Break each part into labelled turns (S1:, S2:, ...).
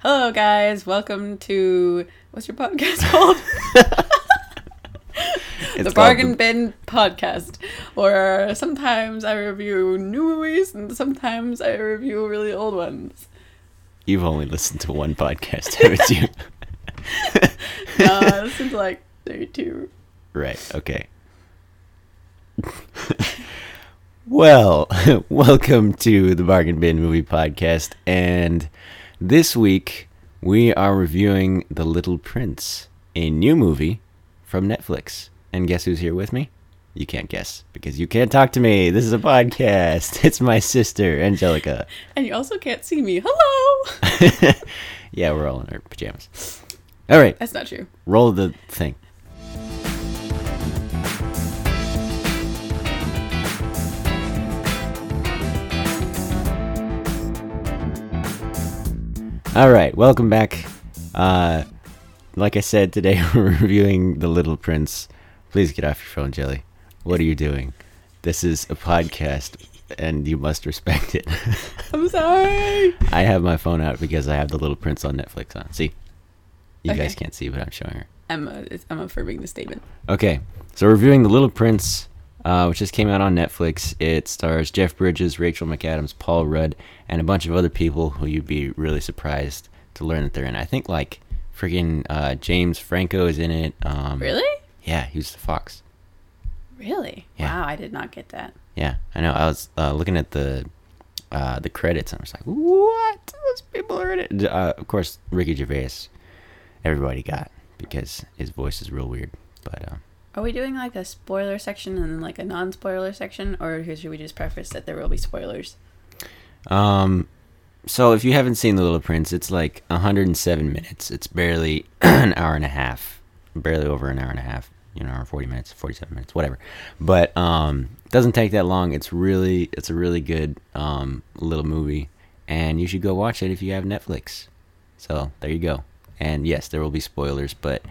S1: Hello, guys. Welcome to what's your podcast called? the
S2: called
S1: Bargain
S2: the-
S1: Bin Podcast. Or sometimes I review new movies, and sometimes I review really old ones.
S2: You've only listened to one podcast, haven't you?
S1: Uh, since like thirty-two.
S2: right. Okay. well, welcome to the Bargain Bin Movie Podcast, and this week we are reviewing The Little Prince, a new movie from Netflix. And guess who's here with me? You can't guess because you can't talk to me. This is a podcast. It's my sister, Angelica.
S1: and you also can't see me. Hello.
S2: yeah, we're all in our pajamas. All right,
S1: That's not true.
S2: roll the thing. All right, welcome back. Uh, like I said, today we're reviewing The Little Prince. Please get off your phone, Jelly. What are you doing? This is a podcast, and you must respect it.
S1: I'm sorry.
S2: I have my phone out because I have The Little Prince on Netflix on. See? You
S1: Okay.
S2: guys can't see, but I'm showing her.
S1: I'm uh, it's- I'm affirming the statement.
S2: Okay, so we're reviewing The Little Prince, uh, which just came out on Netflix. It stars Jeff Bridges, Rachel McAdams, Paul Rudd, and a bunch of other people who you'd be really surprised to learn that they're in. I think, like, friggin' uh, James Franco is in it. Um,
S1: Really?
S2: Yeah, he was the fox.
S1: Really?
S2: Yeah.
S1: Wow, I did not get that.
S2: Yeah, I know. I was uh, looking at the uh, the credits and I was like, "What? Those people are in it." D- Uh, of course, Ricky Gervais. Everybody got because his voice is real weird. But um,
S1: Are we doing like a spoiler section and then like a non-spoiler section, or should we just preface that there will be spoilers?
S2: Um, so if you haven't seen The Little Prince, it's like 107 minutes. It's barely an hour and a half, barely over an hour and a half. You know, or 40 minutes, 47 minutes, whatever. But um, it doesn't take that long. It's really, it's a really good um little movie, and you should go watch it if you have Netflix. So there you go. And yes, there will be spoilers, but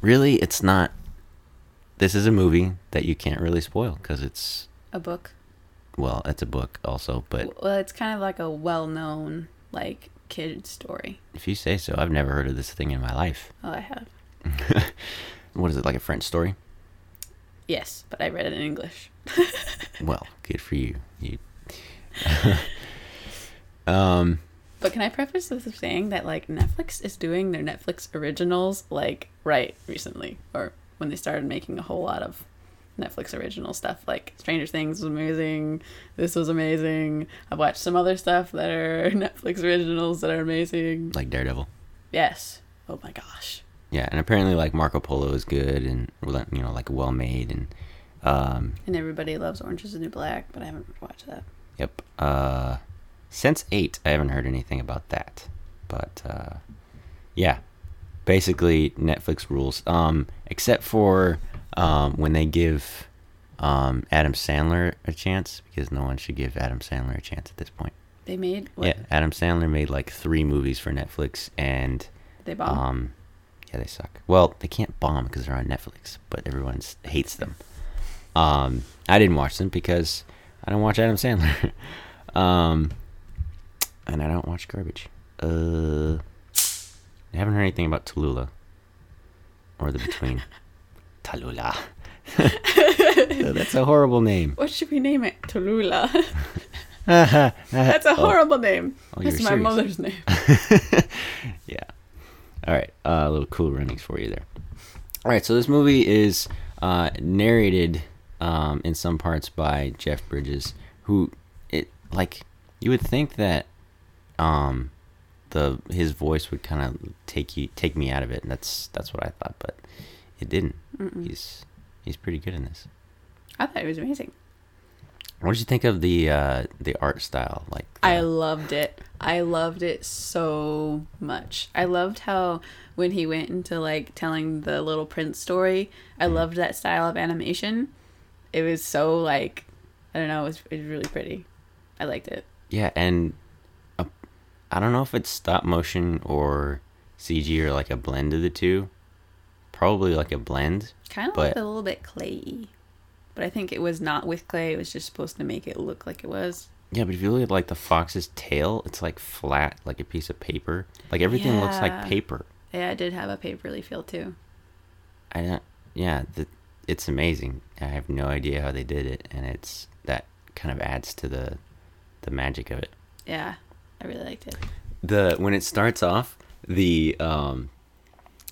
S2: really, it's not. This is a movie that you can't really spoil because it's
S1: A book.
S2: well, it's a book also, but
S1: Well, it's kind of like a well-known like kid story.
S2: If you say so, I've never heard of this thing in my life.
S1: Oh, I have.
S2: What is it, like a French story?
S1: Yes, but I read it in English.
S2: Well, good for you. You um
S1: But can I preface this with saying that like Netflix is doing their Netflix originals like right recently, or when they started making a whole lot of Netflix original stuff. Like Stranger Things was amazing. This was amazing. I've watched some other stuff that are Netflix originals that are amazing.
S2: like Daredevil.
S1: Yes. Oh my gosh.
S2: Yeah, and apparently like Marco Polo is good and you know, like well made and um
S1: And everybody loves Orange is the New Black, but I haven't watched that.
S2: yep. Uh since 8, I haven't heard anything about that. But uh yeah. Basically Netflix rules um except for um when they give um Adam Sandler a chance because no one should give Adam Sandler a chance at this point.
S1: They made what?
S2: Yeah, Adam Sandler made like three movies for Netflix, and
S1: They bombed.
S2: um, yeah, they suck. Well, they can't bomb because they're on Netflix, but everyone s- hates them. Um, I didn't watch them because I don't watch Adam Sandler, um, and I don't watch garbage. Uh, I haven't heard anything about Tallulah or The Between. Tallulah. That's a horrible name.
S1: What should we name it? Tallulah.
S2: That's
S1: That's a horrible name.
S2: Uh, Oh, you
S1: That's
S2: were
S1: my mother's
S2: serious.
S1: name.
S2: yeah. All right. Uh, a little cool runnings for you there. All right. So this movie is uh, narrated um, in some parts by Jeff Bridges, who it like you would think that um, the his voice would kind of take you take me out of it, and that's that's what I thought, but it didn't. He's he's pretty good in this.
S1: I thought it was amazing.
S2: What did you think of the uh, the art style? Like
S1: I
S2: the-
S1: loved it. I loved it so much. I loved how when he went into like telling the little prince story, I
S2: Mm.
S1: loved that style of animation. It was so like I don't know, it was, it was really pretty. I liked it.
S2: Yeah, and uh, I don't know if it's stop motion or CG or like a blend of the two. Probably like a blend.
S1: Kind of
S2: But-
S1: looked a little bit clayy. But I think it was not with clay. It was just supposed to make it look like it was.
S2: Yeah, but if you look at like the fox's tail, it's like flat, like a piece of paper. Like everything looks like
S1: Yeah.
S2: paper.
S1: Yeah, I did have a paperly feel too.
S2: I don't. Yeah, th it's amazing. I have no idea how they did it, and it's that kind of adds to the the magic of it.
S1: Yeah, I really liked it.
S2: the when it starts off the um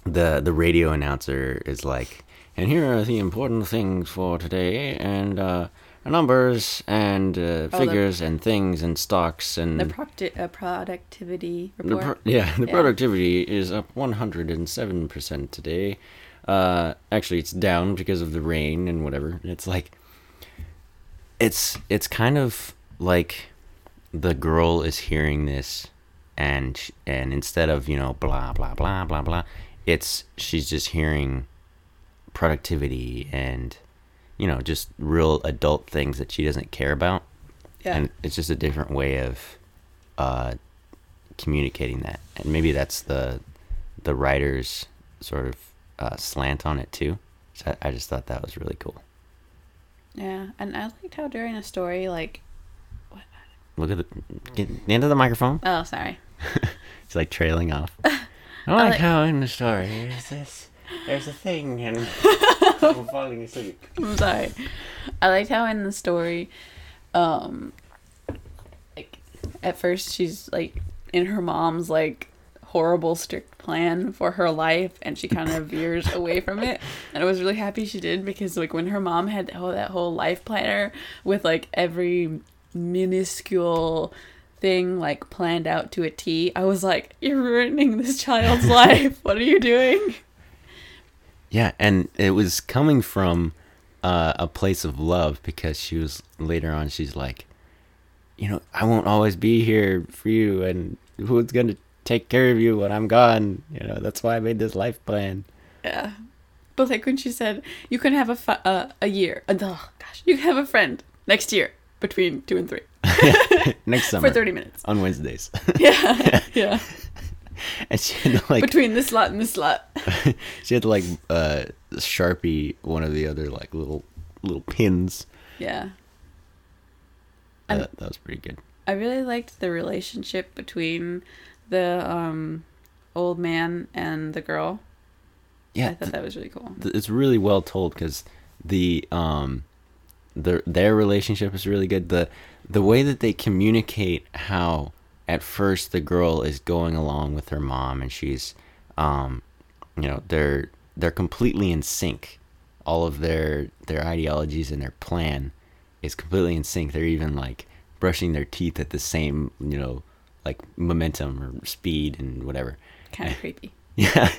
S2: the the radio announcer is like and here are the important things for today and uh numbers and uh,
S1: Oh, the-
S2: figures and things and stocks and
S1: The procti- uh, productivity
S2: Mm. the
S1: report.
S2: pro- yeah the
S1: Yeah.
S2: productivity is up 107% today uh actually it's down because of the rain and whatever it's like it's it's kind of like the girl is hearing this and sh- and instead of you know blah blah blah blah blah it's she's just hearing productivity and you know just real adult things that she doesn't care about
S1: yeah.
S2: and it's just a different way of uh, communicating that and maybe that's the the writer's sort of uh, slant on it too so I, I just thought that was really cool
S1: yeah, and I liked how during a story, like,
S2: look at the get the end of the microphone
S1: oh, sorry.
S2: it's like trailing off i like
S1: like-
S2: how in the story there's this there's a thing and i'm falling asleep
S1: I'm sorry. I liked how in the story, um, like at first she's like in her mom's like horrible strict plan for her life, and she kind of veers away from it. And I was really happy she did because like when her mom had that whole, that whole life planner with like every minuscule thing like planned out to a T, I was like, "You're ruining this child's life. What are you doing?"
S2: Yeah, and it was coming from uh, a place of love because she was later on. She's like, you know, I won't always be here for you, and who's gonna take care of you when I'm gone? You know, that's why I made this life plan.
S1: Yeah. But like when she said, you can have a fu- uh, a year, and oh gosh, you can have a friend next year between two and three
S2: Next summer
S1: for 30 minutes.
S2: on Wednesdays,
S1: Yeah. yeah.
S2: and she had to, like
S1: Between this lot and this lot.
S2: she had to, like uh, sharpie one of the other like little little pins.
S1: Yeah.
S2: Uh,
S1: And-
S2: that was pretty good.
S1: I really liked the relationship between the um, old man and the girl. I
S2: Yeah,
S1: thought that was really cool.
S2: th- it's really well told because the um the their relationship is really good the the way that they communicate how at first the girl is going along with her mom and she's um you know they're they're completely in sync all of their their ideologies and their plan is completely in sync they're even like brushing their teeth at the same you know like momentum or speed and whatever
S1: Kind of creepy.
S2: yeah,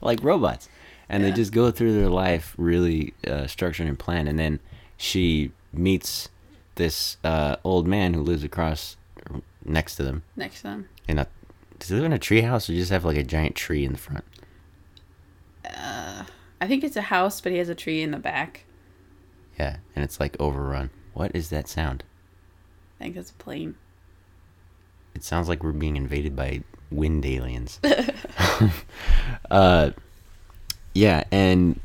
S2: like robots, and they
S1: Yeah.
S2: just go through their life really uh, structured and planned. And then she meets this uh, old man who lives across next to them
S1: Next um, to them.
S2: in a. Does he live in a tree house or just have like a giant tree in the front?
S1: I think it's a house, but he has a tree in the back.
S2: Yeah, and it's like overrun. What is that sound?
S1: I think that's a plane.
S2: It sounds like we're being invaded by wind aliens. uh, yeah, and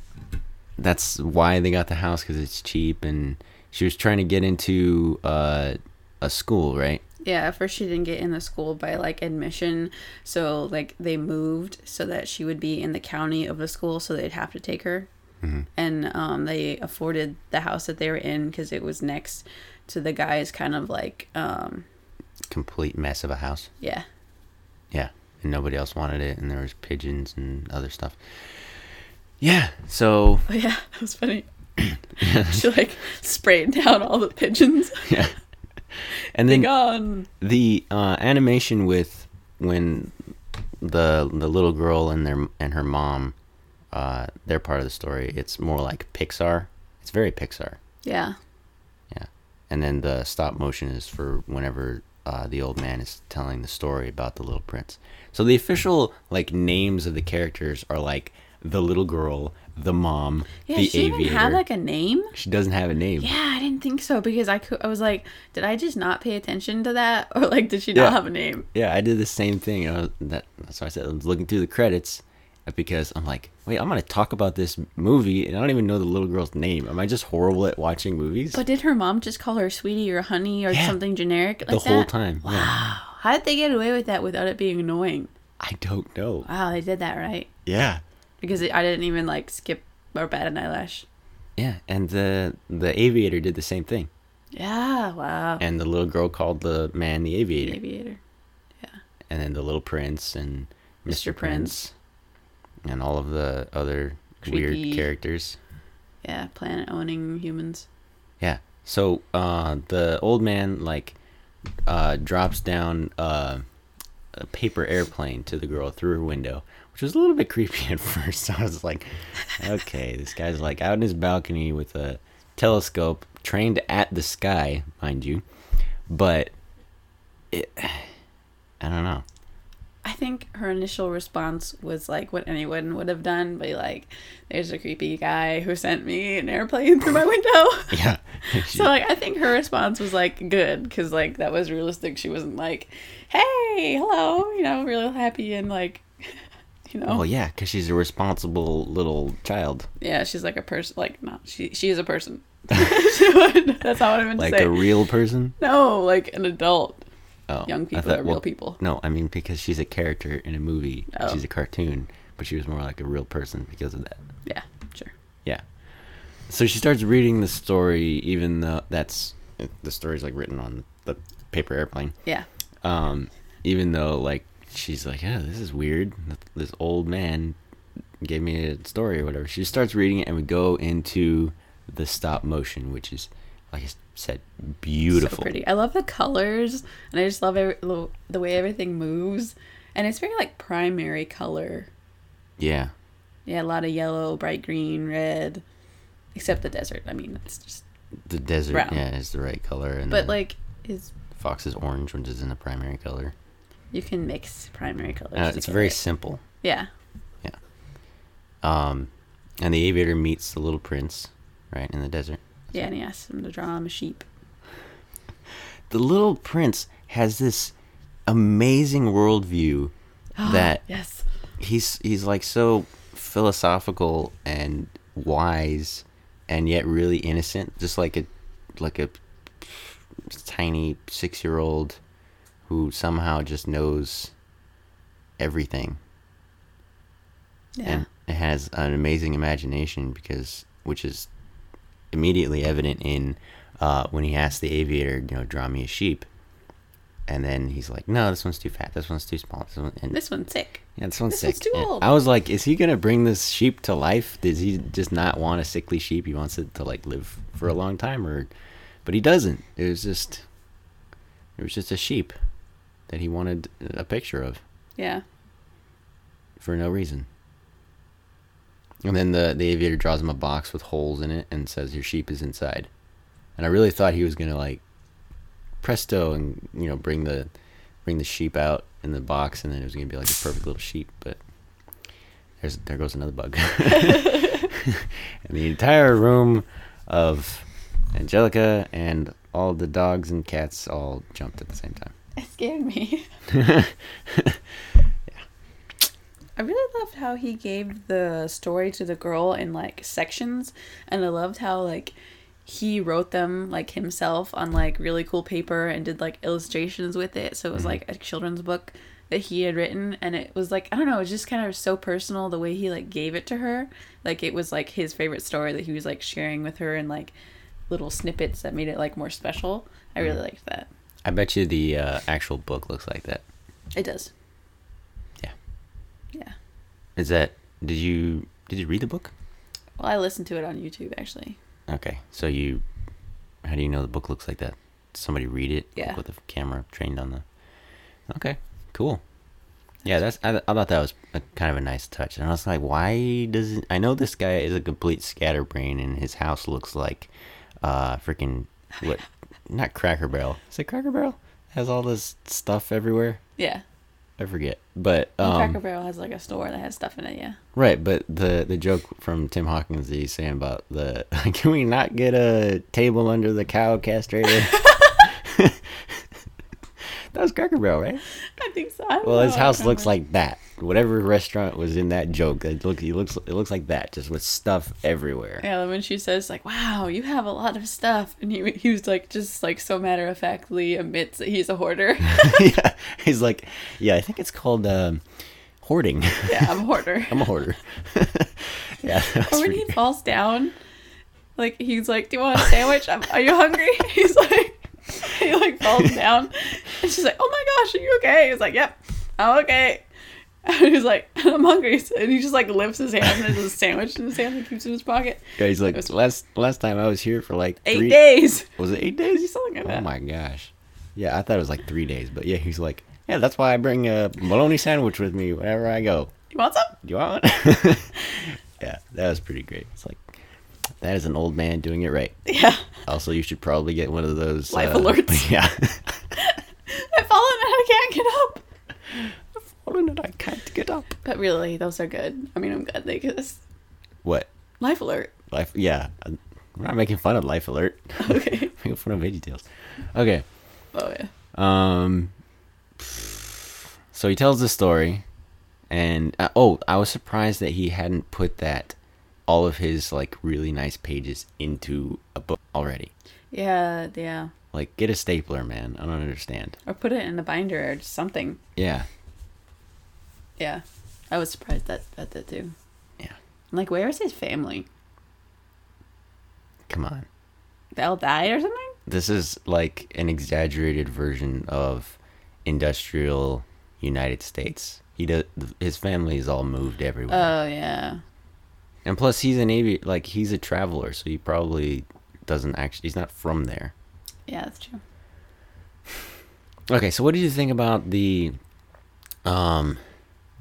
S2: that's why they got the house because it's cheap. And she was trying to get into uh, a school, right?
S1: Yeah, at first she didn't get in the school by like admission, so like they moved so that she would be in the county of the school, so they'd have to take her.
S2: Mm-hmm.
S1: And um, they afforded the house that they were in because it was next to the guy's kind of like um,
S2: Complete mess of a house.
S1: yeah,
S2: Yeah, and nobody else wanted it, and there was pigeons and other stuff. Yeah, so
S1: oh yeah, that was funny. she like sprayed down all the pigeons. um,
S2: yeah, and
S1: They
S2: then
S1: gone.
S2: the uh, animation with when the the little girl and their and her mom uh they're part of the story it's more like pixar it's very pixar
S1: Yeah,
S2: yeah and then the stop motion is for whenever uh, the old man is telling the story about the little prince so the official like names of the characters are like the little girl the mom
S1: yeah.
S2: the
S1: she
S2: aviator
S1: even had like a name.
S2: she doesn't have a name
S1: Yeah, I didn't think so because I cou- I was like, did I just not pay attention to that, or like did she not
S2: Yeah.
S1: have a name?
S2: Yeah, I did the same thing. and I was, that, that's why I said I was looking through the credits, because I'm like, wait, I'm gonna talk about this movie, and I don't even know the little girl's name. Am I just horrible at watching movies?
S1: But did her mom just call her sweetie or honey or
S2: Yeah.
S1: something generic like
S2: the whole
S1: that?
S2: time. yeah.
S1: Wow. How did they get away with that without it being annoying?
S2: I don't know.
S1: Wow, they did that right.
S2: Yeah,
S1: Because it, I didn't even like skip or bat an eyelash.
S2: yeah. And the the aviator did the same thing,
S1: Yeah, wow.
S2: and the little girl called the man the aviator,
S1: Aviator.
S2: and then the little prince and Mr.
S1: Mr.
S2: Prince,
S1: Prince.
S2: and all of the other weird
S1: Creepy.
S2: characters.
S1: Yeah, planet owning humans.
S2: Yeah. So uh, the old man like uh, drops down uh, a paper airplane to the girl through her window, which was a little bit creepy at first. I was like, okay, this guy's like out in his balcony with a telescope trained at the sky, mind you, but it, I don't know.
S1: I think her initial response was like what anyone would have done, be like, there's a creepy guy who sent me an airplane through my window.
S2: Yeah.
S1: So like I think her response was like good because like that was realistic. She wasn't like, "Hey, hello," you know, real happy and like, you know,
S2: oh yeah, because she's a responsible little child,
S1: yeah. She's like a person. Like no, she she is a person. She would- That's not what I meant
S2: like
S1: to say.
S2: a real person.
S1: no, like an adult.
S2: Oh,
S1: Young
S2: I
S1: people are real people.
S2: No, I mean because she's a character in a movie.
S1: Oh.
S2: She's a cartoon, but she was more like a real person because of that.
S1: Yeah, sure.
S2: Yeah. So she starts reading the story, even though that's the story's like written on the paper airplane.
S1: Yeah,
S2: Um, even though like she's like, oh, this is weird. This old man gave me a story or whatever. She starts reading it, and we go into the stop motion, which is like I said, beautiful.
S1: so pretty. I love the colors, and I just love every, lo- the way everything moves, and it's very like primary color.
S2: Yeah.
S1: Yeah, a lot of yellow, bright green, red, except the desert. I mean, it's just.
S2: The desert,
S1: Brown.
S2: yeah, is the right color, and
S1: But
S2: then-
S1: like, is
S2: Fox is orange, which isn't a primary color.
S1: You can mix primary colors.
S2: Uh, it's very
S1: together.
S2: simple.
S1: yeah.
S2: Yeah. Um, and the aviator meets the little prince, right in the desert.
S1: Yeah, and he asked him to draw him a sheep.
S2: The little prince has this amazing worldview that
S1: Yes.
S2: he's he's like so philosophical and wise, and yet really innocent, just like a like a tiny six year old who somehow just knows everything.
S1: Yeah.
S2: and it has an amazing imagination because which is immediately evident in uh, when he asks the aviator you know draw me a sheep and then he's like no this one's too fat this one's too small this one and
S1: This one's sick.
S2: yeah, this one's
S1: this
S2: sick
S1: one's too
S2: And
S1: old.
S2: i was like is he gonna bring this sheep to life does he just not want a sickly sheep he wants it to like live for a long time or but he doesn't it was just it was just a sheep that he wanted a picture of
S1: Yeah.
S2: for no reason. And then the, the aviator draws him a box with holes in it and says, Your sheep is inside. And I really thought he was going to, like, presto and, you know, bring the bring the sheep out in the box and then it was going to be like a perfect little sheep. But there's there goes another bug. and the entire room of Angelica and all the dogs and cats all jumped at the same time.
S1: It scared me. I really loved how he gave the story to the girl in like sections, and I loved how like he wrote them like himself on like really cool paper and did like illustrations with it. So it was like a children's book that he had written, and it was like I don't know, it was just kind of so personal the way he like gave it to her. Like it was like his favorite story that he was like sharing with her, and like little snippets that made it like more special. I really liked that.
S2: I bet you the uh, actual book looks like that.
S1: It does.
S2: Yeah.
S1: Yeah.
S2: Is that did you did you read the book?
S1: Well, I listened to it on YouTube actually.
S2: Okay, so you how do you know the book looks like that? Did somebody read it like,
S1: Yeah.
S2: with a camera trained on the. Okay, cool. Yeah, that's I, I thought that was a, kind of a nice touch, and I was like, why doesn't I know this guy is a complete scatterbrain, and his house looks like, uh, freaking what, not Cracker Barrel? Is it Cracker Barrel? Has all this stuff everywhere.
S1: Yeah.
S2: I forget, but
S1: And
S2: um,
S1: Cracker Barrel has like a store that has stuff in it. Yeah.
S2: Right, but the the joke from Tim Hawkins that he's saying about the can we not get a table under the cow castrator? That was Cracker Barrel, right?
S1: I think so. I don't
S2: Well,
S1: know.
S2: his
S1: I
S2: house
S1: don't
S2: looks
S1: know.
S2: like that. Whatever restaurant was in that joke, it looks it looks it looks like that, just with stuff everywhere.
S1: Yeah, and when she says like, "Wow, you have a lot of stuff," and he he was like just like so matter of factly admits that he's a hoarder.
S2: yeah, he's like, yeah, I think it's called um, hoarding.
S1: yeah, I'm a hoarder.
S2: I'm a hoarder. yeah, that's
S1: Or when
S2: pretty-
S1: he falls down, like he's like, "Do you want a sandwich? I'm, are you hungry?" He's like, he like falls down, and she's like, "Oh my gosh, are you okay?" He's like, "Yep, I'm okay." And he's like, "I'm hungry," and he just like lifts his hand and there's a sandwich in his hand and keeps it in his pocket.
S2: yeah, he's like, last last time I was here for like
S1: Eight
S2: three,
S1: days.
S2: Was it eight days?
S1: Something like
S2: oh
S1: that.
S2: my gosh. Yeah, I thought it was like three days, but yeah, he's like, yeah, that's why I bring a bologna sandwich with me whenever I go.
S1: You want some?
S2: Do you want? yeah, that was pretty great. It's like that is an old man doing it right.
S1: Yeah.
S2: Also, you should probably get one of those uh,
S1: Life alerts.
S2: Yeah.
S1: I've fallen and I can't get up.
S2: Fallen and I can't get up.
S1: But really, those are good. I mean, I'm glad they exist.
S2: What?
S1: Life alert.
S2: Life? Yeah. We're not making fun of life alert.
S1: Okay.
S2: making fun of Veggie Tales. Okay.
S1: Oh yeah.
S2: Um. So he tells the story, and uh, oh, I was surprised that he hadn't put that all of his like really nice pages into a book already.
S1: Yeah, yeah.
S2: Like, get a stapler, man. I don't understand.
S1: Or put it in a binder or just something.
S2: Yeah,
S1: Yeah. I was surprised that that that too.
S2: yeah.
S1: I'm like, where is his family?
S2: Come on.
S1: They'll die or something?
S2: This is like an exaggerated version of industrial United States. He does. His family is all moved everywhere.
S1: Oh yeah.
S2: And plus, he's an avi- like he's a traveler, so he probably doesn't actually. He's not from there.
S1: Yeah, that's true.
S2: Okay, so what did you think about the, um,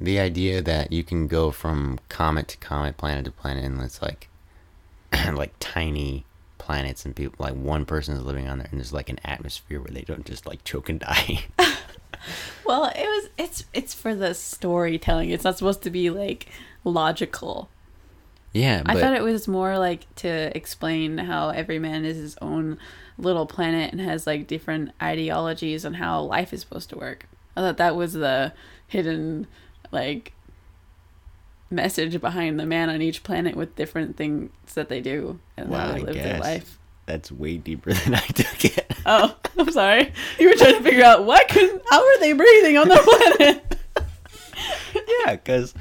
S2: the idea that you can go from comet to comet, planet to planet, and it's like, like tiny planets, and people like one person is living on there, and there's like an atmosphere where they don't just like choke and die.
S1: Well, it was it's it's for the storytelling. It's not supposed to be like logical.
S2: yeah, but
S1: I thought it was more like to explain how every man is his own little planet and has like different ideologies on how life is supposed to work. I thought that was the hidden like message behind the man on each planet with different things that they do and how
S2: Wow,
S1: they
S2: I
S1: live their
S2: guess.
S1: life.
S2: that's way deeper than I took it.
S1: Oh, I'm sorry. You were trying to figure out what can how are they breathing on their planet?
S2: yeah, because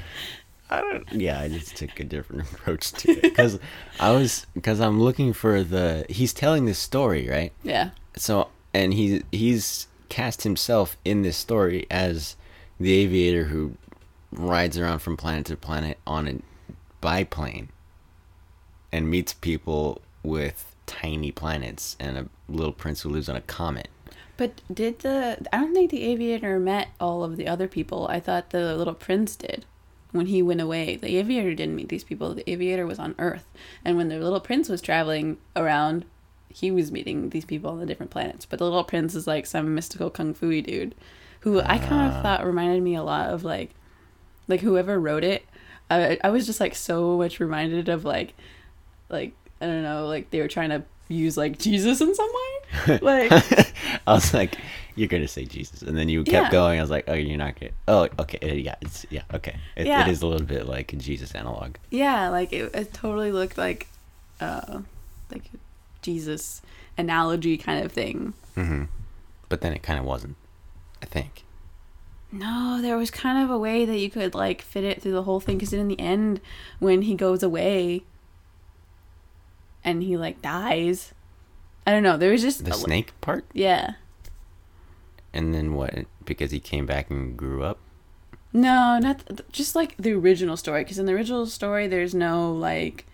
S2: I don't. Yeah, I just took a different approach to it because I was because I'm looking for the. He's telling this story, right?
S1: yeah.
S2: So and he he's cast himself in this story as the aviator who rides around from planet to planet on a biplane and meets people with tiny planets and a little prince who lives on a comet.
S1: But did the I don't think the aviator met all of the other people. I thought the little prince did when he went away. The aviator didn't meet these people. The aviator was on Earth. And when the little prince was traveling around, he was meeting these people on the different planets. But the little prince is like some mystical kung fu dude who I kind of thought reminded me a lot of like like whoever wrote it. I I was just like so much reminded of like like I don't know, like they were trying to use like Jesus in some way. Like
S2: I was like, "You're gonna say Jesus," and then you kept
S1: Yeah.
S2: going. I was like, "Oh, you're not gonna." Oh, okay, uh, yeah, it's yeah, okay. It,
S1: Yeah.
S2: it is a little bit like a Jesus analog.
S1: Yeah, like it, it totally looked like, uh, like a Jesus analogy kind of thing.
S2: Mm-hmm. But then it kind of wasn't. I think.
S1: No, there was kind of a way that you could like fit it through the whole thing because in the end, when he goes away, and he like dies, I don't know. There was just
S2: The
S1: a-
S2: snake part,
S1: yeah.
S2: and then what? Because he came back and grew up.
S1: No, not th- just like the original story. Because in the original story, there's no like,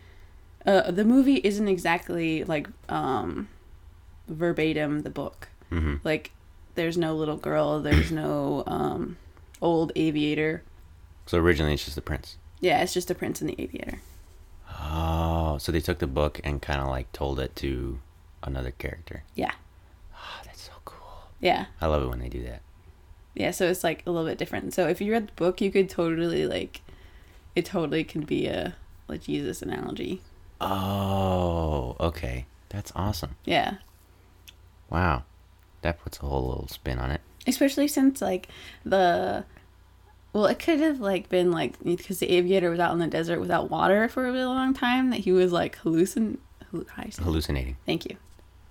S1: uh, the movie isn't exactly like um, verbatim the book.
S2: Mm-hmm.
S1: like there's no little girl there's no um old aviator
S2: So originally, it's just the prince.
S1: yeah it's just the prince and the aviator
S2: Oh, so they took the book and kind of like told it to another character.
S1: yeah
S2: Oh, that's so cool.
S1: yeah
S2: I love it when they do that.
S1: yeah so it's like a little bit different so if you read the book you could totally like it totally could be a like jesus analogy
S2: Oh, okay, that's awesome.
S1: yeah
S2: Wow, that puts a whole little spin on it.
S1: especially since like the well it could have like been like because the aviator was out in the desert without water for a really long time that he was like hallucin hallu- how do you say that?
S2: hallucinating.
S1: thank you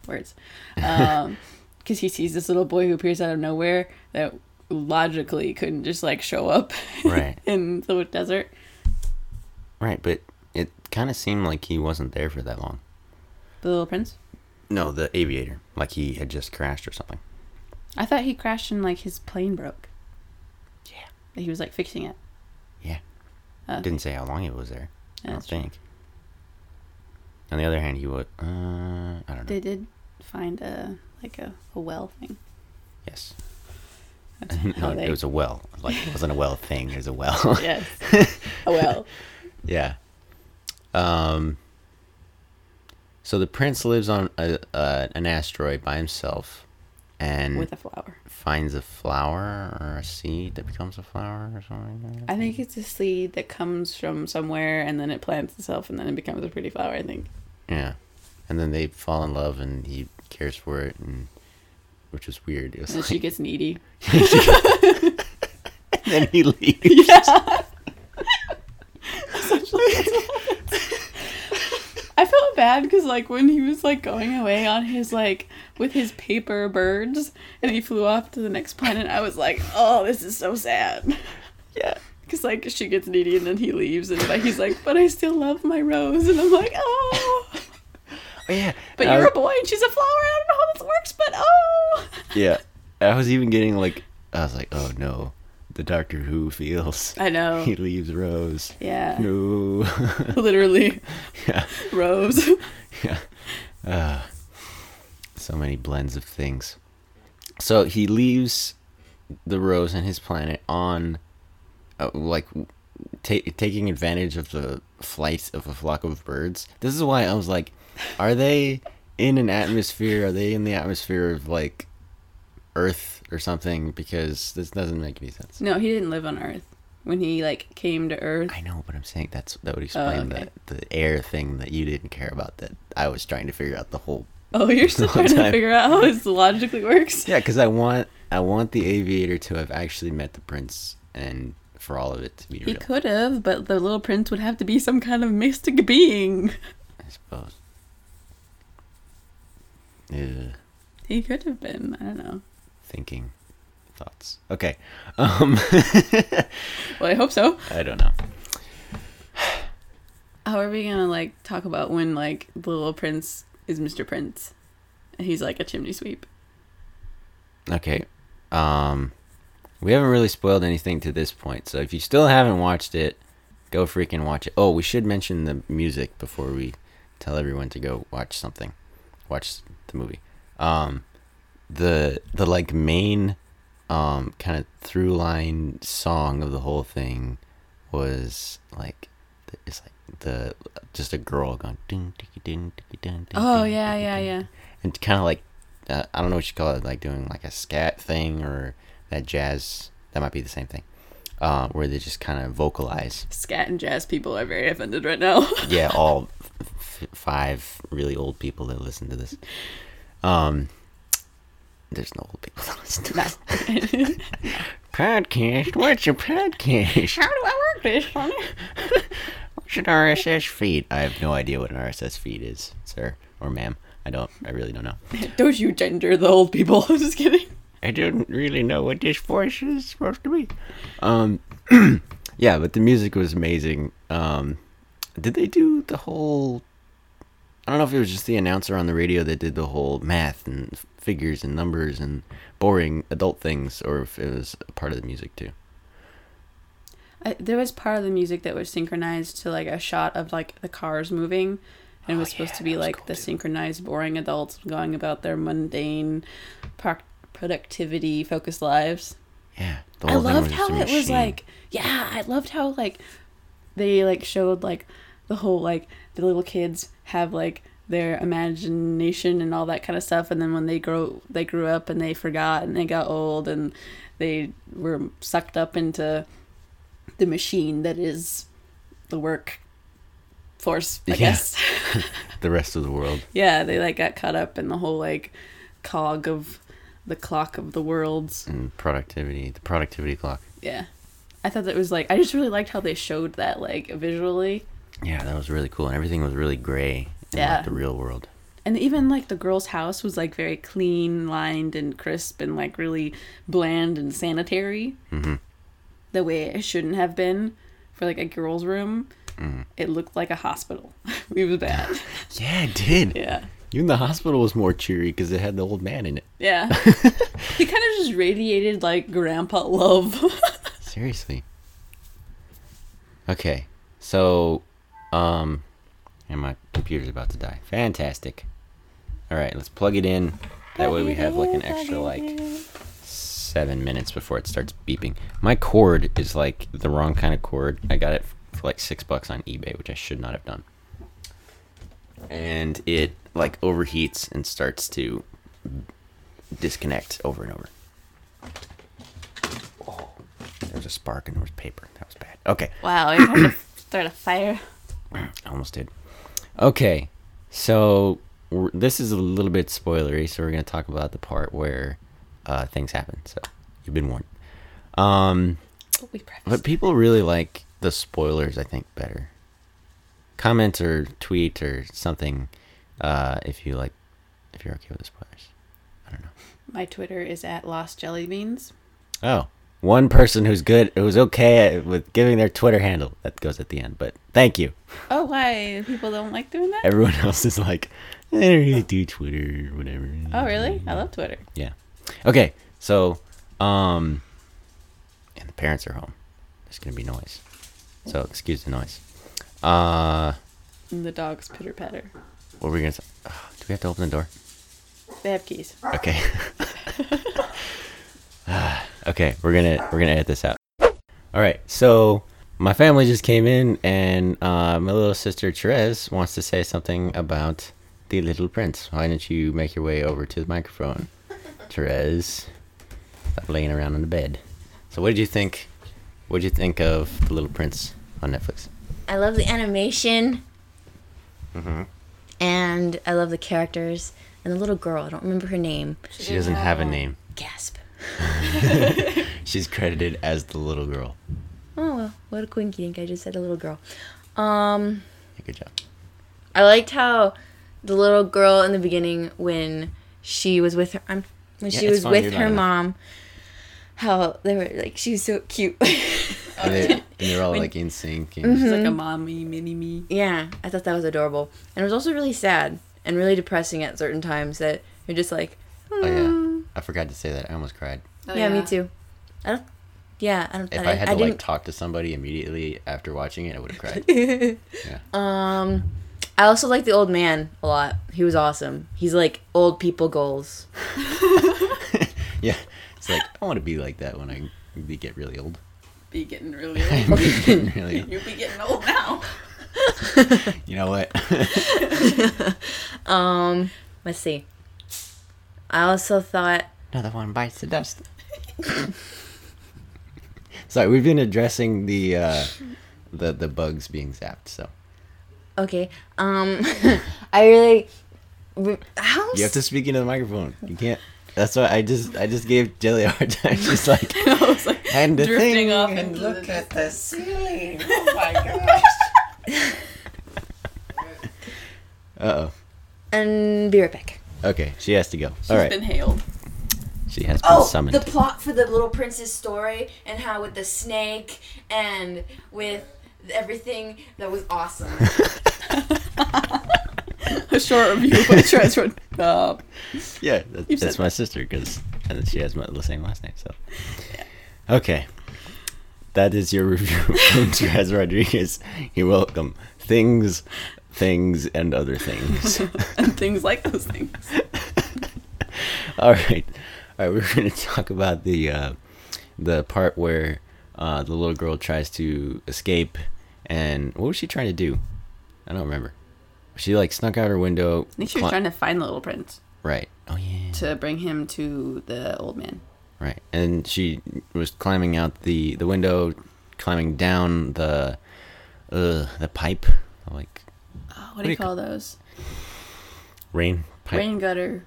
S1: words um because he sees this little boy who appears out of nowhere that logically couldn't just like show up
S2: Right.
S1: in the desert
S2: Right, but it kind of seemed like he wasn't there for that long.
S1: the little prince
S2: No, the aviator, like he had just crashed or something.
S1: i thought he crashed and like his plane broke
S2: Yeah.
S1: yeah he was like fixing it
S2: Yeah.
S1: Uh,
S2: Didn't say how long he was there. I don't
S1: That's true.
S2: think. On the other hand, he would. Uh, I don't know.
S1: they did find a like a, a well thing
S2: yes.
S1: That's
S2: no,
S1: how they-
S2: it was a well. Like it wasn't a well thing. It was a well.
S1: yes a well
S2: yeah. Um. So the prince lives on a, uh, an asteroid by himself, and
S1: with a flower
S2: finds a flower or a seed that becomes a flower or something. Like that.
S1: I think it's a seed that comes from somewhere and then it plants itself and then it becomes a pretty flower, I think.
S2: Yeah, and then they fall in love, and he cares for it, and which was weird. It was
S1: And then
S2: like,
S1: she gets needy.
S2: then he leaves.
S1: I felt bad because, like, when he was, like, going away on his, like, with his paper birds and he flew off to the next planet, I was like, oh, this is so sad.
S2: Yeah.
S1: Because, like, she gets needy and then he leaves and like, he's like, but I still love my rose. And I'm like, oh.
S2: Oh, yeah.
S1: But
S2: I
S1: you're
S2: was-
S1: a boy and she's a flower. I don't know how this works, but oh.
S2: yeah. I was even getting like, I was like, oh no, the Doctor Who feels.
S1: I know.
S2: He leaves Rose.
S1: Yeah.
S2: No.
S1: Literally,
S2: yeah.
S1: rose.
S2: Yeah. Uh, so many blends of things. So he leaves the Rose and his planet on, uh, like, ta- taking advantage of the flight of a flock of birds. This is why I was like, are they in an atmosphere? Are they in the atmosphere of, like, Earth or something? Because this doesn't make any sense.
S1: No, he didn't live on Earth. When he like came to Earth,
S2: I know, but I'm saying that's that would explain
S1: Oh, okay.
S2: the, the air thing that you didn't care about that I was trying to figure out the whole
S1: oh, you're still
S2: The
S1: trying
S2: whole
S1: to
S2: time.
S1: figure out how this logically works.
S2: Yeah, because I want I want the aviator to have actually met the prince, and for all of it to be
S1: He
S2: real.
S1: could have, but the little prince would have to be some kind of mystic being.
S2: I suppose. Ugh,
S1: He could have been. I don't know.
S2: thinking, thoughts. Okay, um,
S1: Well, I hope so.
S2: I don't know.
S1: How are we gonna like talk about when like the little prince is Mr. Prince, and he's like a chimney sweep?
S2: Okay, um, we haven't really spoiled anything to this point, so if you still haven't watched it, go freaking watch it. Oh, we should mention the music before we tell everyone to go watch something, watch the movie. Um, the the like main um kind of through line song of the whole thing was like th- it's like the just a girl going dun, dickie, dun, dickie, dun, dun,
S1: Oh,
S2: dun,
S1: yeah,
S2: dickie,
S1: yeah,
S2: dun,
S1: yeah.
S2: dun. and kind of like uh, I don't know what you call it like doing like a scat thing or that jazz that might be the same thing uh, where they just kind of vocalize
S1: Scat and jazz people are very offended right now.
S2: yeah, all f- f- five really old people that listen to this. Um, there's no old people that listen to
S1: No.
S2: this podcast. What's a podcast?
S1: how do I work this? Funny?
S2: What's an RSS feed? I have no idea what an RSS feed is, sir or ma'am. I don't. I really don't know.
S1: Don't you gender the old people? I'm just kidding.
S2: I don't really know what this voice is supposed to be. Um, yeah, but the music was amazing. Um, did they do the whole? I don't know if it was just the announcer on the radio that did the whole math and figures and numbers and boring adult things, or if it was a part of the music too.
S1: I, there was part of the music that was synchronized to like a shot of like the cars moving and it was supposed
S2: Oh, yeah,
S1: to be
S2: that was
S1: like
S2: cool
S1: the
S2: too.
S1: synchronized boring adults going about their mundane proc- productivity focused lives
S2: Yeah, the
S1: i
S2: whole thing
S1: loved
S2: was
S1: how
S2: just a
S1: it was
S2: machine.
S1: like yeah i loved how like they like showed like the whole like the little kids have like their imagination and all that kind of stuff and then when they grow they grew up and they forgot and they got old and they were sucked up into the machine that is the work force i
S2: Yeah.
S1: guess
S2: the rest of the world.
S1: yeah they like got caught up in the whole like cog of the clock of the worlds.
S2: and productivity, the productivity clock.
S1: Yeah. I thought that was like I just really liked how they showed that like visually.
S2: Yeah, that was really cool, and everything was really gray in
S1: Yeah.
S2: like, the real world.
S1: And even like the girl's house was like very clean, lined and crisp and like really bland and sanitary. Mm-hmm. The way it shouldn't have been for like a girl's room. It looked like a hospital. it was bad.
S2: Yeah, it did.
S1: yeah.
S2: Even the hospital was more cheery because it had the old man in it.
S1: Yeah. he kind of just radiated like grandpa love.
S2: Seriously. Okay, so, um, and my computer's about to die. Fantastic. All right, let's plug it in. That way we have like an extra like seven minutes before it starts beeping. My cord is like the wrong kind of cord. I got it for like six bucks on eBay, which I should not have done. And it like overheats and starts to disconnect over and over. Oh, there was a spark and there was paper. That was bad. Okay.
S1: wow, you have to start a fire.
S2: I almost did. Okay, so we're, this is a little bit spoilery, so we're going to talk about the part where uh, things happen. So you've been warned. Um,
S1: But Oh, we practice.
S2: but people really like the spoilers, I think, better. Comment or tweet or something uh, if you like, if you're okay with the spoilers. I don't know.
S1: My Twitter is at Lost Jelly Beans.
S2: Oh, one person who's good, who's okay at- with giving their Twitter handle. That goes at the end, but thank you.
S1: Oh, why? People don't like doing that?
S2: Everyone else is like, I don't really do Twitter or whatever.
S1: Oh, really? I love Twitter.
S2: Yeah. Okay. So, um, and the parents are home. There's gonna be noise. So excuse the noise. Uh,
S1: And the dogs pitter patter.
S2: what were we gonna? Say? Ugh, do we have to open the door?
S1: They have keys.
S2: Okay. Ah, okay, we're gonna we're gonna edit this out. All right. So my family just came in, and uh, my little sister Therese wants to say something about the Little Prince. Why don't you make your way over to the microphone, Therese? Stop laying around on the bed. So what did you think? What did you think of the Little Prince on Netflix?
S3: I love the animation.
S2: Mm-hmm.
S3: And I love the characters. And the little girl, I don't remember her name.
S2: She doesn't have a name.
S3: Gasp.
S2: She's credited as the little girl.
S3: Oh, well, what a quinky I just said a little girl. Um,
S2: Good job.
S3: I liked how the little girl in the beginning, when she was with her, I'm, when
S2: Yeah,
S3: she
S2: it's
S3: was
S2: fine, you're
S3: with
S2: not
S3: her
S2: enough.
S3: mom, how they were like, she was so cute.
S2: And, they, and they're all like in sync. And
S1: She's like a mommy, mini me.
S3: yeah, I thought that was adorable. And it was also really sad and really depressing at certain times that you're just like,
S2: Oh yeah, I forgot to say that. I almost cried.
S3: Oh,
S1: Oh,
S3: yeah, me too. I don't. Yeah, I don't.
S2: If I,
S3: I,
S2: had
S3: I
S2: to like
S3: didn't.
S2: talk to somebody immediately after watching it, I would have cried. yeah.
S3: um, I also like the old man a lot. He was awesome. He's like old people goals.
S2: yeah. It's like I want to be like that when I be- get really old.
S1: Be getting really
S2: I'm
S1: old.
S2: getting really old.
S1: You'll be getting old now.
S2: You know what?
S3: Um, let's see. I also thought
S2: Another one bites the dust. Sorry, we've been addressing the uh, the the bugs being zapped. So
S3: okay. Um, I really. re- How
S2: you have to speak into the microphone. You can't. That's why I just I just gave Jelly a hard time. She's like,
S1: I was like
S2: and the
S1: drifting
S2: thing,
S1: off
S2: and
S1: into
S2: look
S1: the
S2: at the ceiling. Uh
S3: and be right back.
S2: oh. Okay, she has to go.
S1: She's
S2: All right,
S1: been hailed.
S2: she has been
S3: Oh,
S2: summoned.
S3: the plot for the Little Prince's story and how with the snake and with everything that was awesome.
S1: A short review by Treasure. Uh,
S2: yeah, that,
S1: You've
S2: that's
S1: said
S2: my sister because and she has my, the same last name. So, okay, that is your review from Traz Rodriguez. You're welcome. Things, things, and other things.
S1: and things like those things.
S2: All right, all right. We're going to talk about the uh, the part where uh, the little girl tries to escape, and what was she trying to do? I don't remember. She like snuck out her window.
S1: I think she was
S2: cli-
S1: trying to find the little prince
S2: Right. Oh yeah.
S1: to bring him to the old man.
S2: Right. And she was climbing out the the window, climbing down the uh, the pipe, like
S1: Oh, what do you call those?
S2: rain pipe, rain,
S1: Rain gutter.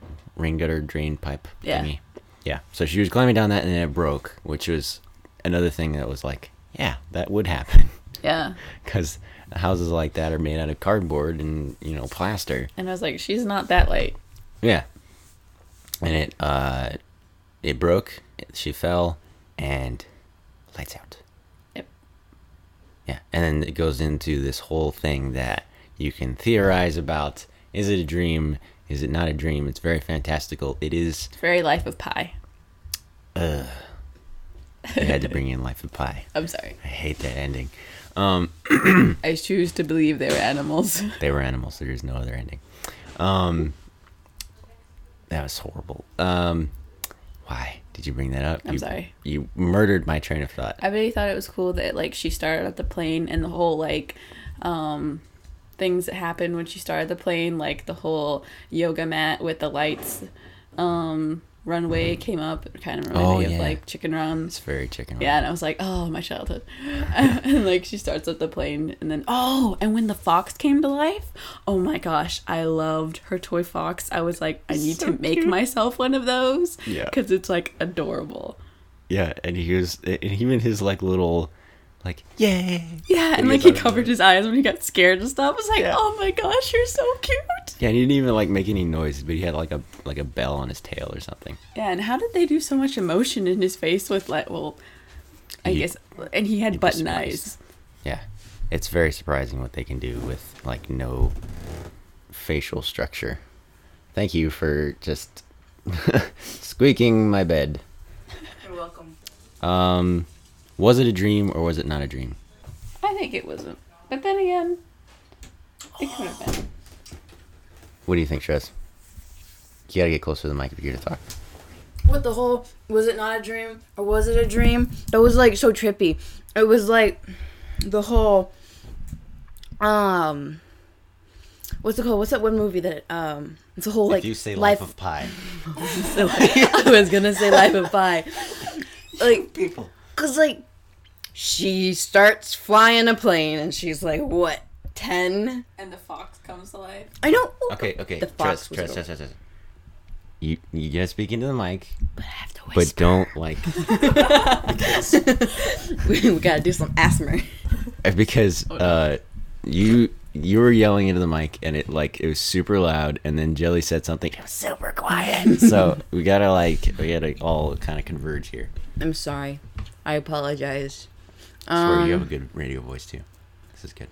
S2: gutter drain pipe
S1: Yeah.
S2: thingy. Yeah. So she was climbing down that and then it broke, which was another thing that was like, yeah, that would happen.
S1: Yeah.
S2: Because houses like that are made out of cardboard and, you know, plaster.
S1: And I was like, she's not that light.
S2: Yeah. And it, uh, it broke, she fell, and lights out.
S1: Yep.
S2: Yeah. And then it goes into this whole thing that you can theorize about is it a dream? Is it not a dream? It's very fantastical. It is.
S1: Very life of pie.
S2: I had to bring in Life of Pi.
S1: I'm sorry.
S2: I hate that ending.
S1: I choose to believe they were animals.
S2: They were animals. There is no other ending. Um, that was horrible. Um, why did you bring that up?
S1: I'm
S2: you,
S1: sorry.
S2: You murdered my train of thought.
S1: I really thought it was cool that like she started at the plane and the whole like um things that happened when she started the plane, like the whole yoga mat with the lights um runway came up. It kind of reminded
S2: Mm-hmm. Oh,
S1: me of
S2: yeah.
S1: like chicken
S2: It's
S1: runs.
S2: very chicken.
S1: Yeah, and I was like, oh, my childhood. and like she starts at the plane and then oh, and when the fox came to life, oh my gosh, I loved her toy fox. I was like, I need to make myself one of those
S2: Yeah.
S1: because it's like adorable.
S2: yeah. And he was, and even his like little, like yay.
S1: Yeah, and
S2: he
S1: like
S2: thought
S1: he
S2: it was
S1: covered
S2: weird.
S1: his eyes when he got scared and stuff. I was like,
S2: Yeah.
S1: oh my gosh, you're so cute.
S2: Yeah, and he didn't even like make any noises, but he had like a like a bell on his tail or something.
S1: Yeah, and how did they do so much emotion in his face with like, well, I
S2: He-
S1: guess, and he had
S2: he was
S1: button eyes.
S2: surprised. Yeah, it's very surprising what they can do with like no facial structure. Thank you for just squeaking my bed.
S3: You're welcome.
S2: Um, was it a dream or was it not a dream?
S1: I think it wasn't, but then again, it could have been.
S2: What do you think, Tress? You gotta get closer to the mic if you're to talk.
S3: What the whole was it not a dream or was it a dream? That was like so trippy. It was like the whole um what's it called? What's that one movie that um it's a whole like
S2: pie,
S3: I was gonna say life of pie. Like
S2: people.
S3: Cause like she starts flying a plane and she's like what ten?
S1: And the fox comes to life.
S3: I know.
S2: Okay, okay.
S3: The
S2: Tress,
S3: fox was
S2: Tress,
S3: a-
S2: Tress, Tress, Tress. You you gotta speak into the mic,
S3: But I have to
S2: but
S3: whisper.
S2: don't like
S3: we, we gotta do some asthma.
S2: because
S3: Oh,
S2: uh, you you were yelling into the mic and it like it was super loud and then jelly said something it was super quiet so we gotta like we gotta all kind of converge here
S3: I'm sorry. I apologize.
S2: I swear you
S3: Um,
S2: have a good radio voice too this is good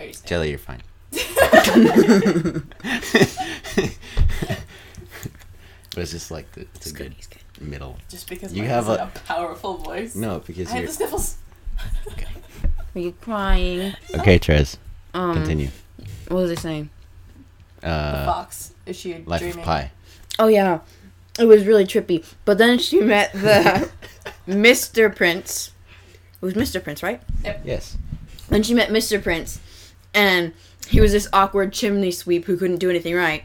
S1: Are you saying?
S2: jelly you're fine but it's just like the, it's a good,
S3: He's good.
S2: middle
S1: Just because
S2: You mine have isn't a-
S1: powerful voice.
S2: no because you're
S1: sniffles.
S3: Are you crying?
S2: okay Trez
S3: Um,
S2: continue
S3: What was I saying?
S2: uh,
S1: fox. Is she a
S2: life of pie
S3: Oh yeah, it was really trippy. But then she met the Mr. Prince. It was Mr. Prince, right?
S2: yes
S3: Then she met Mr. Prince, and he was this awkward chimney sweep who couldn't do anything right.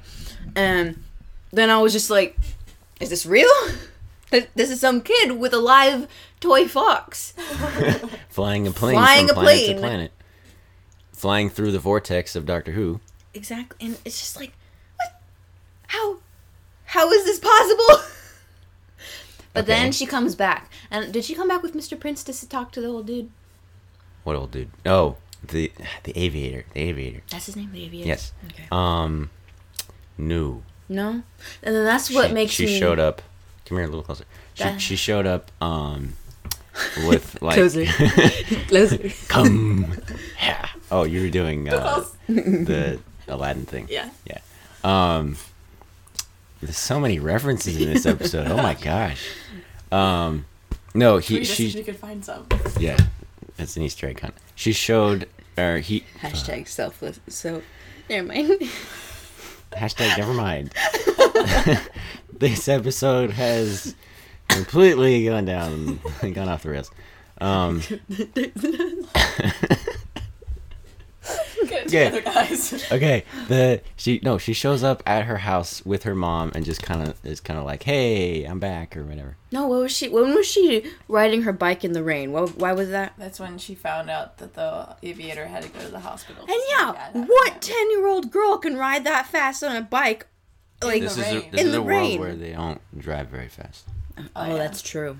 S3: And then I was just like, "Is this real? Th- This is some kid with a live toy fox."
S2: flying a plane
S3: Flying
S2: from
S3: a
S2: planet to
S3: plane.
S2: planet flying through the vortex of doctor who
S3: Exactly, and it's just like, what? How? How is this possible? but
S2: Okay.
S3: then she comes back, and did she come back with Mr. Prince to s- talk to the old dude?
S2: what old dude oh the the aviator the aviator
S3: That's his name, the aviator.
S2: yes
S3: Okay.
S2: um no
S3: no, and then that's what
S2: she,
S3: makes
S2: she
S3: me
S2: showed up come here a little closer she,
S3: That-
S2: she showed up um with like
S3: Closer. closer.
S2: come yeah. oh you were doing uh, the aladdin thing
S1: Yeah.
S2: yeah um there's so many references in this episode oh my gosh um no he she
S1: could find some.
S2: Yeah, that's an Easter egg hunt. She showed, or he
S3: Hashtag selfless. So, never mind.
S2: hashtag never mind. this episode has completely gone down, gone off the rails. Um,
S1: Get it
S2: Yeah.
S1: together, guys.
S2: okay, the she no, she shows up at her house with her mom and just kind of is kind of like, hey, I'm back or whatever.
S3: no, what was she? When was she riding her bike in the rain? Why, why was that?
S1: That's when she found out that the aviator had to go to the hospital.
S3: And yeah, what ten-year-old girl can ride that fast on a bike? Like
S2: This is a,
S1: rain.
S2: this
S3: In
S2: is
S3: the
S2: a world
S3: rain.
S2: where they don't drive very fast.
S3: Oh,
S1: yeah.
S3: that's true.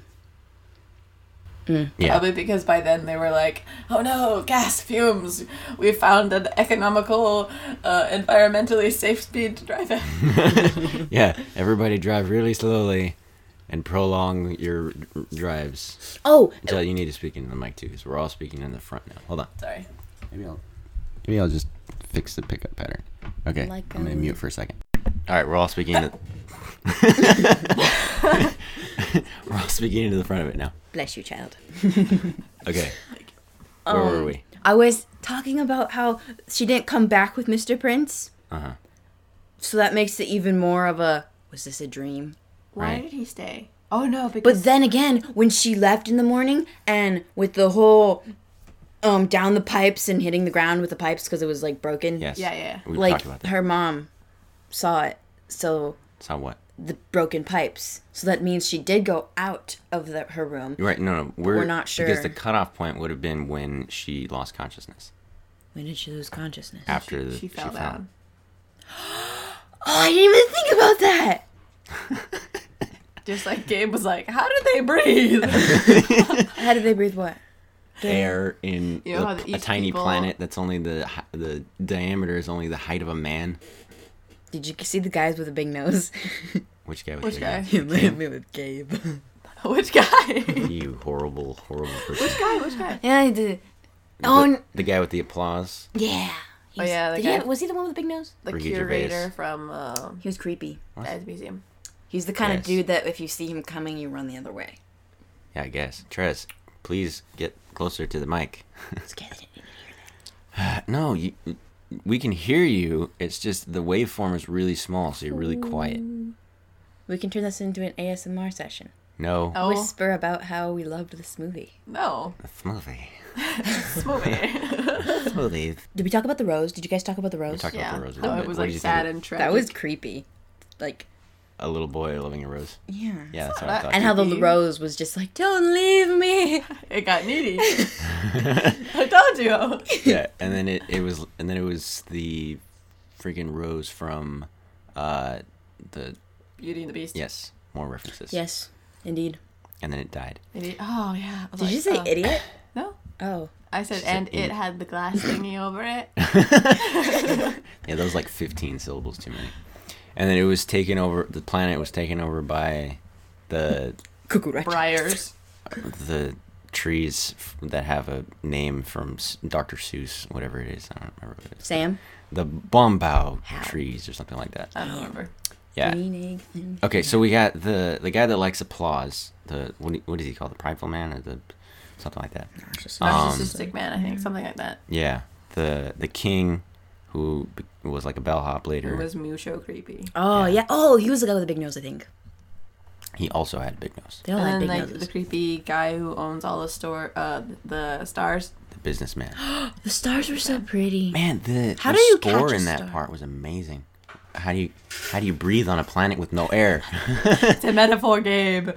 S2: Yeah.
S1: Probably because by then they were like, oh no, gas fumes. We found an economical, uh, environmentally safe speed to drive at.
S2: yeah, everybody drive really slowly and prolong your drives
S3: Oh,
S2: until you need to speak into the mic too, because we're all speaking in the front now. Hold on.
S1: Sorry.
S2: Maybe I'll maybe I'll just fix the pickup pattern. Okay,
S3: Like,
S2: I'm gonna
S3: um,
S2: mute for a second. All right, we're all speaking. To... we're all speaking into the front of it now.
S3: bless you, child.
S2: Okay, where were
S3: Um,
S2: we?
S3: I was talking about how she didn't come back with Mr. Prince.
S2: Uh huh.
S3: So that makes it even more of a was this a dream?
S1: Why
S2: Right.
S1: did he stay? Oh no, because
S3: But then again, when she left in the morning and with the whole um down the pipes and hitting the ground with the pipes because it was like broken.
S2: Yes.
S1: Yeah, yeah.
S2: We
S3: Like
S2: talked about that.
S3: her mom saw it. So
S2: Saw what?
S3: the broken pipes. So that means she did go out of the, her room.
S2: You're right. No, no, we're,
S3: We're not
S2: because the
S3: sure.
S2: cutoff point would have been when she lost consciousness
S3: When did she lose consciousness? Oh,
S2: after the,
S1: she fell down.
S3: I didn't even think about that.
S1: Just like Gabe was like, how did they breathe?
S3: How did they breathe? What?
S2: air in
S1: You know
S2: the-
S1: how the
S2: a
S1: East
S2: tiny
S1: people-
S2: planet that's only the hi- the diameter is only the height of a man.
S3: Did you see the guys with the big nose?
S2: Which guy? was
S1: Which
S2: it?
S1: guy?
S3: me with Gabe.
S1: Which guy?
S2: You horrible, horrible person.
S1: guy? Which guy?
S3: yeah, he did.
S2: The-
S3: Oh,
S2: the,
S3: n-
S2: guy with the applause.
S3: yeah. He
S1: Oh,
S3: was-
S1: yeah, the
S3: did
S1: guy-
S3: he have- was he the one with the big nose?
S1: The
S2: Ricky Gervais.
S1: curator from uh,
S3: He was creepy.
S1: the Ed Museum.
S3: He's the kind
S2: Yes.
S3: of dude that if you see him coming, you run the other way.
S2: Yeah, I guess. Trez, please get closer to the mic.
S3: Scared that it-
S2: no, you, we can hear you. It's just the waveform is really small, so you're really quiet.
S3: We can turn this into an ASMR session.
S2: No,
S1: Oh
S3: Whisper about how we loved this movie.
S1: no,
S2: smoothie.
S1: it's movie.
S2: Smoothie.
S3: Did we talk about the rose? Did you guys talk about the rose?
S2: Talk
S1: yeah,
S2: about the roses.
S1: oh,
S2: but
S1: it was
S2: what do
S1: like
S2: you think
S1: sad
S2: of
S1: and tragic.
S3: that was creepy. Like,
S2: a little boy loving a rose.
S3: yeah.
S2: Yeah, that's what
S1: not
S2: I thought.
S3: And how the
S1: Creepy.
S3: rose was just like, don't leave me.
S1: it got needy. I told you.
S2: yeah, and then it, it was and then it was the freaking rose from uh the
S1: Beauty and the Beast.
S2: yes more references
S3: Yes, indeed.
S2: and then it died.
S1: And he- oh yeah. I was
S3: Did you
S1: like,
S3: say
S1: oh.
S3: idiot?
S1: No,
S3: Oh.
S1: I said,
S2: She said
S1: and
S2: idiot.
S1: it had the glass thingy over it.
S2: Yeah, that was like 15 syllables too many. And then it was taken over. The planet was taken over by the
S3: Cuckoo right.
S1: Briars.
S2: the trees f- that have a name from S- Dr. Seuss, whatever it is. I don't remember what it is.
S3: Sam.
S2: The bombao trees or something like that.
S1: I don't remember.
S2: Yeah.
S3: Green egg.
S2: Okay, so we got the the guy that likes applause. The what, do- what is he called? The prideful man or the something like that.
S1: Um, Narcissistic man, I think, something like that.
S2: Yeah. The the king, who be- was like a bellhop
S1: It
S2: later.
S1: was mucho creepy.
S3: Oh yeah. Oh, he was the guy with the big nose, I think.
S2: he also had a big nose.
S3: They all
S1: And
S3: had
S1: then
S3: big
S1: like
S3: noses.
S1: the creepy guy who owns all the store, uh, the stars.
S2: The businessman.
S3: The stars were so pretty.
S2: Man, the,
S3: How
S2: the
S3: do you catch
S2: score
S3: a
S2: in that
S3: star?
S2: part was amazing. How do you how do you breathe on a planet with no air?
S1: It's a metaphor, Gabe.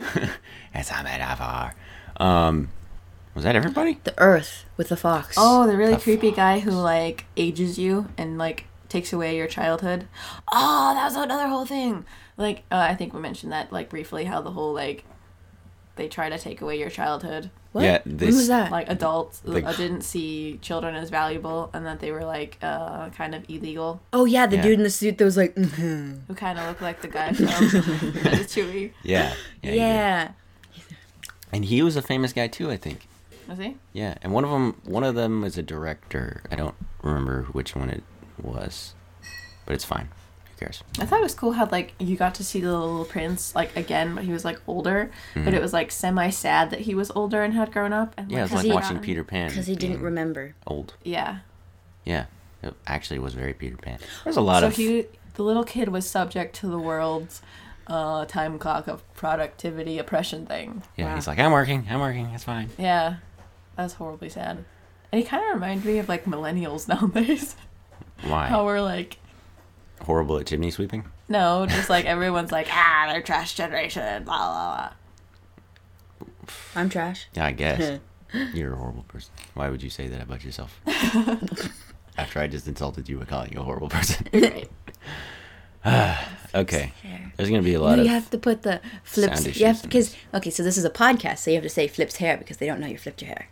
S2: It's a metaphor. Um, was that everybody?
S3: The Earth with the fox.
S1: Oh, the really
S2: The
S1: creepy guy who like ages you and like takes away your childhood. Oh, that was another whole thing. Like uh, I think we mentioned that like briefly how the whole like they try to take away your childhood.
S3: what?
S2: yeah,
S3: when
S2: this-
S3: was that?
S1: Like adults uh,
S2: Like-
S1: didn't see children as valuable and that they were like uh, kind of illegal.
S3: oh yeah, the
S2: Yeah.
S3: dude in the suit that was like. mm-hmm.
S1: Who kind of looked like the guy from Chewy.
S2: Yeah.
S3: Yeah.
S2: you did. And he was a famous guy too, I think.
S1: Was he?
S2: Yeah, and one of them one of them is a director. I don't remember which one it was, but it's fine. Who cares?
S1: I thought it was cool how like you got to see the little prince like again, but he was like older, but it was like semi sad that he was older and had grown up. And,
S2: Hmm. Yeah, it's
S1: had
S2: like
S3: he-
S2: watching
S1: forgotten.
S2: Peter Pan.
S3: Because he didn't
S2: being
S3: remember.
S2: Old.
S1: Yeah,
S2: Yeah, it actually was very Peter Pan. There's a lot
S1: so
S2: of
S1: he, the little kid, was subject to the world's uh, time clock of productivity oppression thing.
S2: yeah. He's like, I'm working. I'm working. That's fine.
S1: Yeah, that's horribly sad. And he kind of reminds me of like millennials nowadays,
S2: Why?
S1: how we're like,
S2: Horrible at chimney sweeping.
S1: no, just like everyone's like, ah, they're trash generation, blah blah blah.
S3: I'm trash.
S2: Yeah, I guess. You're a horrible person. Why would you say that about yourself? After I just insulted you by calling you a horrible person.
S1: Right.
S2: Okay.
S3: hair.
S2: There's gonna be a
S3: No,
S2: lot
S3: you
S2: of.
S3: have to put the flips.
S2: sound
S3: You have
S2: issues in
S3: because okay, so this is a podcast, so you have to say flips hair because they don't know you flipped your hair.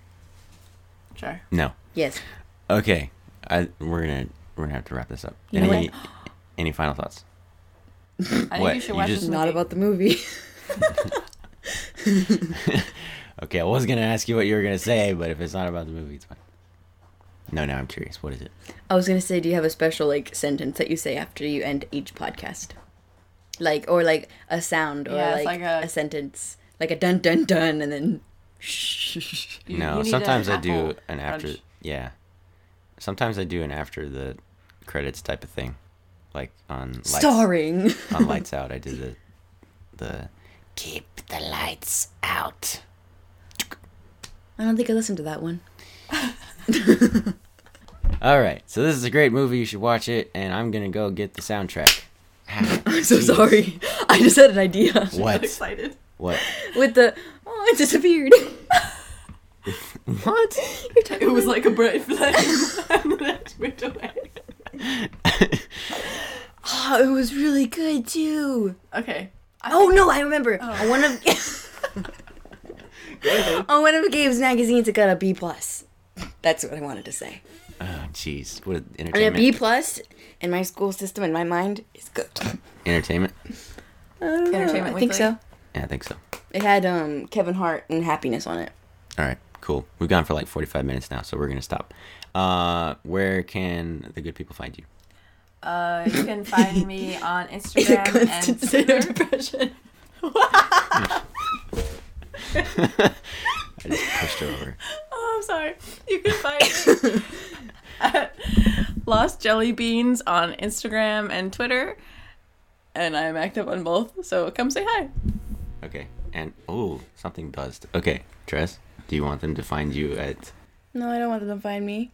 S1: Sure.
S2: No.
S3: Yes.
S2: Okay. I we're gonna we're gonna have to wrap this up.
S3: know
S2: any any final thoughts?
S1: I think
S2: What,
S1: you should
S2: you
S1: watch
S2: just-
S1: this
S3: Not
S1: movie.
S3: about the movie.
S2: Okay, I was gonna ask you what you were gonna say, but if it's not about the movie, it's fine. No, no, I'm curious. What is it?
S3: I was gonna say, do you have a special like sentence that you say after you end each podcast, like or like a sound or
S1: Yeah, it's
S3: like,
S1: like
S3: a...
S1: a-
S3: sentence, like a dun dun dun, and then shh.
S1: You-
S2: no,
S1: you need
S2: sometimes
S1: an
S2: I do
S1: apple
S2: an after.
S1: crunch.
S2: Yeah, sometimes I do an after the credits type of thing, like on lights,
S3: starring.
S2: on lights out. I did the the keep the lights out.
S3: I don't think I listened to that one.
S2: All right, so this is a great movie. You should watch it, and I'm gonna go get the soundtrack.
S3: I'm so sorry. I just had an idea
S2: What?
S1: Excited.
S2: What?
S3: with the oh, it disappeared.
S2: What?
S3: You're talking
S1: It was
S3: about-
S1: like a bright flame. and then it went away.
S3: oh, it was really good too.
S1: Okay. I
S3: Oh
S1: think-
S3: no, I remember. On one of on one of Gabe's magazines, it got a B plus. That's what I wanted to say.
S2: Oh, jeez. What an
S3: I mean,
S2: entertainment?
S3: a B plus in my school system in my mind is good.
S2: Entertainment?
S1: Entertainment
S3: I think
S1: Weekly?
S3: so.
S2: Yeah, I think so.
S3: It had um, Kevin Hart and Happiness on it.
S2: All right, cool. We've gone for like 45 minutes now, so we're going to stop. Uh, where can the good people find you?
S1: Uh, you can find me on
S3: It's a
S1: Instagram
S3: constant
S1: and
S3: state of
S1: Twitter.
S3: depression.
S2: I just pushed her over.
S1: Oh, I'm sorry. You can find me at Lost Jelly Beans on Instagram and Twitter. And I'm active on both, so come say hi.
S2: Okay. And, oh, something buzzed. Okay, Tress, do you want them to find you at.
S3: No, I don't want them to find me.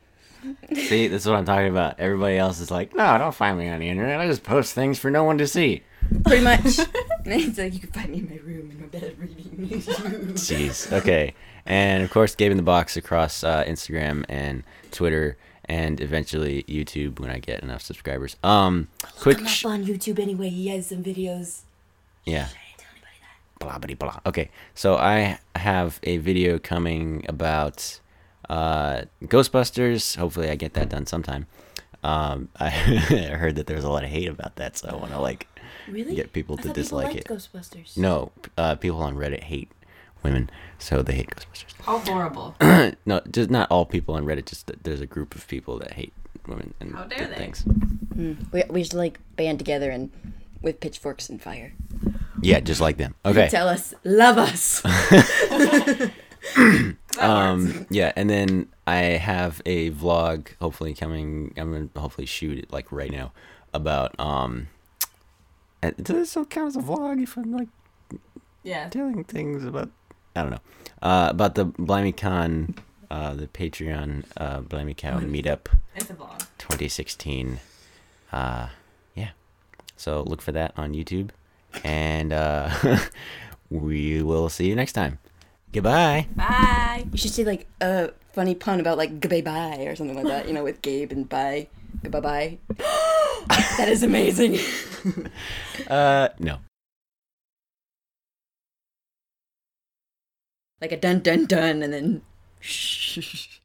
S2: See, this is what I'm talking about. Everybody else is like, no, don't find me on the internet. I just post things for no one to see.
S3: Pretty much. it's like you can find me in my room in my bed reading.
S2: Jeez. Okay. And of course, Gabe in the Box across uh, Instagram and Twitter and eventually YouTube when I get enough subscribers. Um, quick. sh-
S3: on YouTube anyway. He has some videos.
S2: yeah.
S3: I didn't tell anybody that.
S2: blah blah blah. Okay, so I have a video coming about uh, Ghostbusters. Hopefully, I get that done sometime. Um, I heard that there's a lot of hate about that, so I want to like
S3: Really?
S2: get people
S3: I
S2: to
S3: thought people
S2: dislike
S3: liked
S2: it.
S3: Ghostbusters.
S2: no, uh, people on Reddit hate women, so they hate Ghostbusters.
S1: How horrible.
S2: no, just not all people on Reddit. Just that there's a group of people that hate women and
S1: How dare
S2: good
S1: they.
S2: things.
S3: We, we should like band together and with pitchforks and fire.
S2: Yeah, just like them. Okay.
S3: Tell us, love us.
S2: um yeah and then i have a vlog hopefully coming i'm gonna hopefully shoot it like right now about um uh, does this still count as a vlog if i'm like
S1: Yeah.
S2: telling things about i don't know uh about the blimey con uh the patreon uh blimey cow meetup
S1: It's a vlog.
S2: 2016 uh yeah so look for that on youtube and uh we will see you next time goodbye
S1: Bye.
S3: you should say like a funny pun about like goodbye bye or something like that. You know, with Gabe and bye, goodbye bye. that is amazing.
S2: uh no
S3: like a dun dun dun, and then. shh.